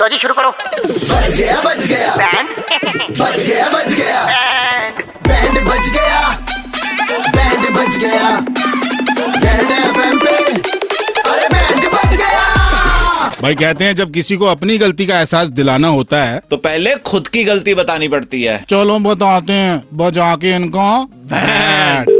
लो जी शुरू करो बच गया बच गया बैंड बच गया बच गया बैंड बैंड बच गया बैंड बच गया बैंड एफएम पे अरे बैंड बच गया भाई कहते हैं जब किसी को अपनी गलती का एहसास दिलाना होता है तो पहले खुद की गलती बतानी पड़ती है चलो बताते हैं बजा के इनको बैंड।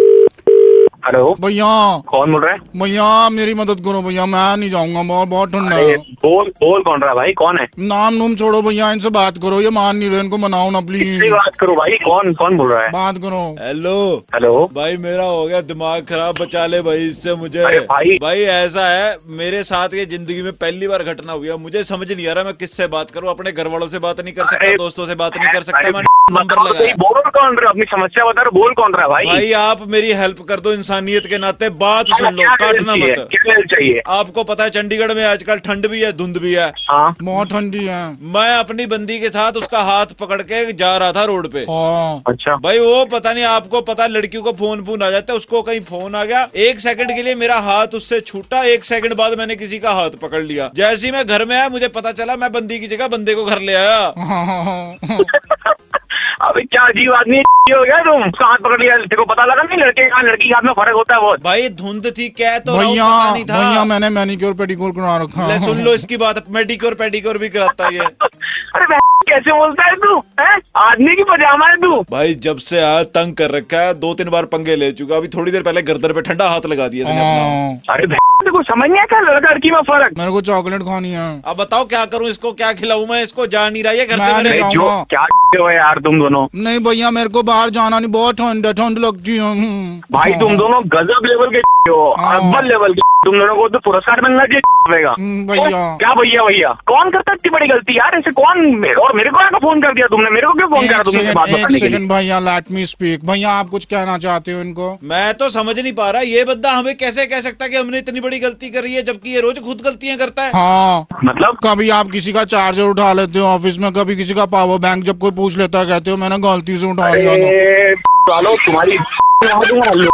हेलो भैया कौन बोल रहा है भैया मेरी मदद करो भैया मैं नहीं जाऊंगा बहुत बहुत ठंडा अरे, है बोल बोल कौन रहा है भाई कौन है नाम नूम छोड़ो भैया इनसे बात करो ये मान नहीं रहे इनको मनाओ ना हम्म। प्लीज किससे बात करो भाई कौन कौन बोल रहा है बात करो हेलो हेलो भाई मेरा हो गया दिमाग खराब बचा ले भाई इससे मुझे अरे भाई। भाई ऐसा है मेरे साथ ये जिंदगी में पहली बार घटना हुई है मुझे समझ नहीं आ रहा मैं किससे बात करूं अपने घर वालों से बात नहीं कर सकता अरे, दोस्तों से बात नहीं कर सकता अरे, मैं नंबर बताओ तो सही, लगाया बोल कौन रहा है? अपनी समस्या बता रहा बोल कौन रहा है भाई भाई आप मेरी हेल्प कर दो इंसानियत के नाते बात क्या सुन लो क्या help काटना चाहिए? मत क्या help चाहिए आपको पता है चंडीगढ़ में आजकल ठंड भी है धुंध भी है हाँ बहुत ठंडी है मैं अपनी बंदी के साथ उसका हाथ पकड़ के जा रहा था रोड पे हाँ अच्छा भाई वो पता नहीं आपको पता लड़कियों को फोन फोन आ जाता है उसको कहीं फोन आ गया एक सेकंड के लिए मेरा हाथ उससे छूटा एक सेकंड बाद मैंने किसी का हाथ पकड़ लिया जैसे ही मैं घर में आया मुझे पता चला मैं बंदी की जगह बंदे को घर ले आया अबे क्या अजीब आदमी है, हो गया तुम उसका हाथ पकड़ लिया तेरे को पता लगा नहीं लड़के का लड़की के हाथ में फर्क होता है बहुत भाई धुंध थी क्या तो रहा हूँ, भैया पता नहीं भैया था मैंने मैनिक्योर पेडिक्योर करा रखा ले है। सुन लो इसकी बात मेडिक्योर पेडिक्योर भी कराता है ये अरे बहन, कैसे बोलता है तू हैं? आदमी की पजामा है तू भाई जब से आया तंग कर रखा है दो तीन बार पंगे ले चुका अभी थोड़ी देर पहले गर्दन पे ठंडा हाथ लगा दिया इसने अपना। हाँ, अरे बहन, तेरे को समझ नहीं आता लड़का लड़की में फर्क मेरे को चॉकलेट खानी है अब बताओ क्या करूं इसको क्या खिलाऊं मैं इसको जा नहीं रहा ये घर से मैं मेरे नहीं जो हाँ। क्या हो यार तुम दोनों नहीं भैया मेरे को बाहर जाना नहीं बहुत ठंड है ठंड लगती है हम्म। भाई तुम दोनों गजब लेवल के हो हाँ। अव्वल लेवल के तुम दोनों को तो पुरस्कार मिलना चाहिए रहेगा। हम्म, भैया। ओ, क्या भैया भैया कौन करता है इतनी बड़ी गलती यार ऐसे कौन और मेरे को आकर फोन कर दिया तुमने मेरे को क्यों फोन करा एक तुमने ये बात सेकंड एक बताने के लिए सेकंड भैया लेट मी स्पीक भैया आप कुछ कहना चाहते हो इनको मैं तो समझ नहीं पा रहा ये बंदा हमें कैसे कह सकता है कि हमने इतनी बड़ी गलती करी है जबकि ये रोज खुद गलतियां करता है हाँ मतलब कभी आप किसी का चार्जर उठा लेते हो ऑफिस में कभी किसी का पावर बैंक जब कोई पूछ लेता है कहते हो मैंने गलती से उठा लिया तो।" था ए, सालो तुम्हारी उड़ा दूंगा लो।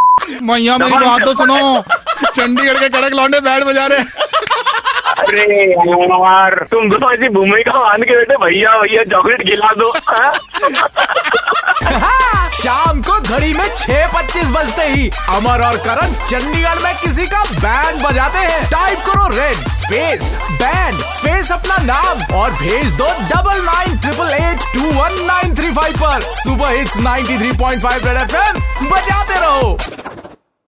भैया मेरी दबा- बात तो सुनो चंडीगढ़ के कड़क लौंडे बैठ बजा रहे हैं। अरे यार तुम दोनों ऐसी भूमिका मान के बैठे भैया भैया चॉकलेट खिला दो हाँ? शाम को घड़ी में छह पच्चीस बजते ही अमर और करण चंडीगढ़ में किसी का बैंड बजाते हैं टाइप करो रेड स्पेस बैंड स्पेस अपना नाम और भेज दो double nine triple eight two one nine three five पर सुबह hits 93.5 three point five red F बजाते रहो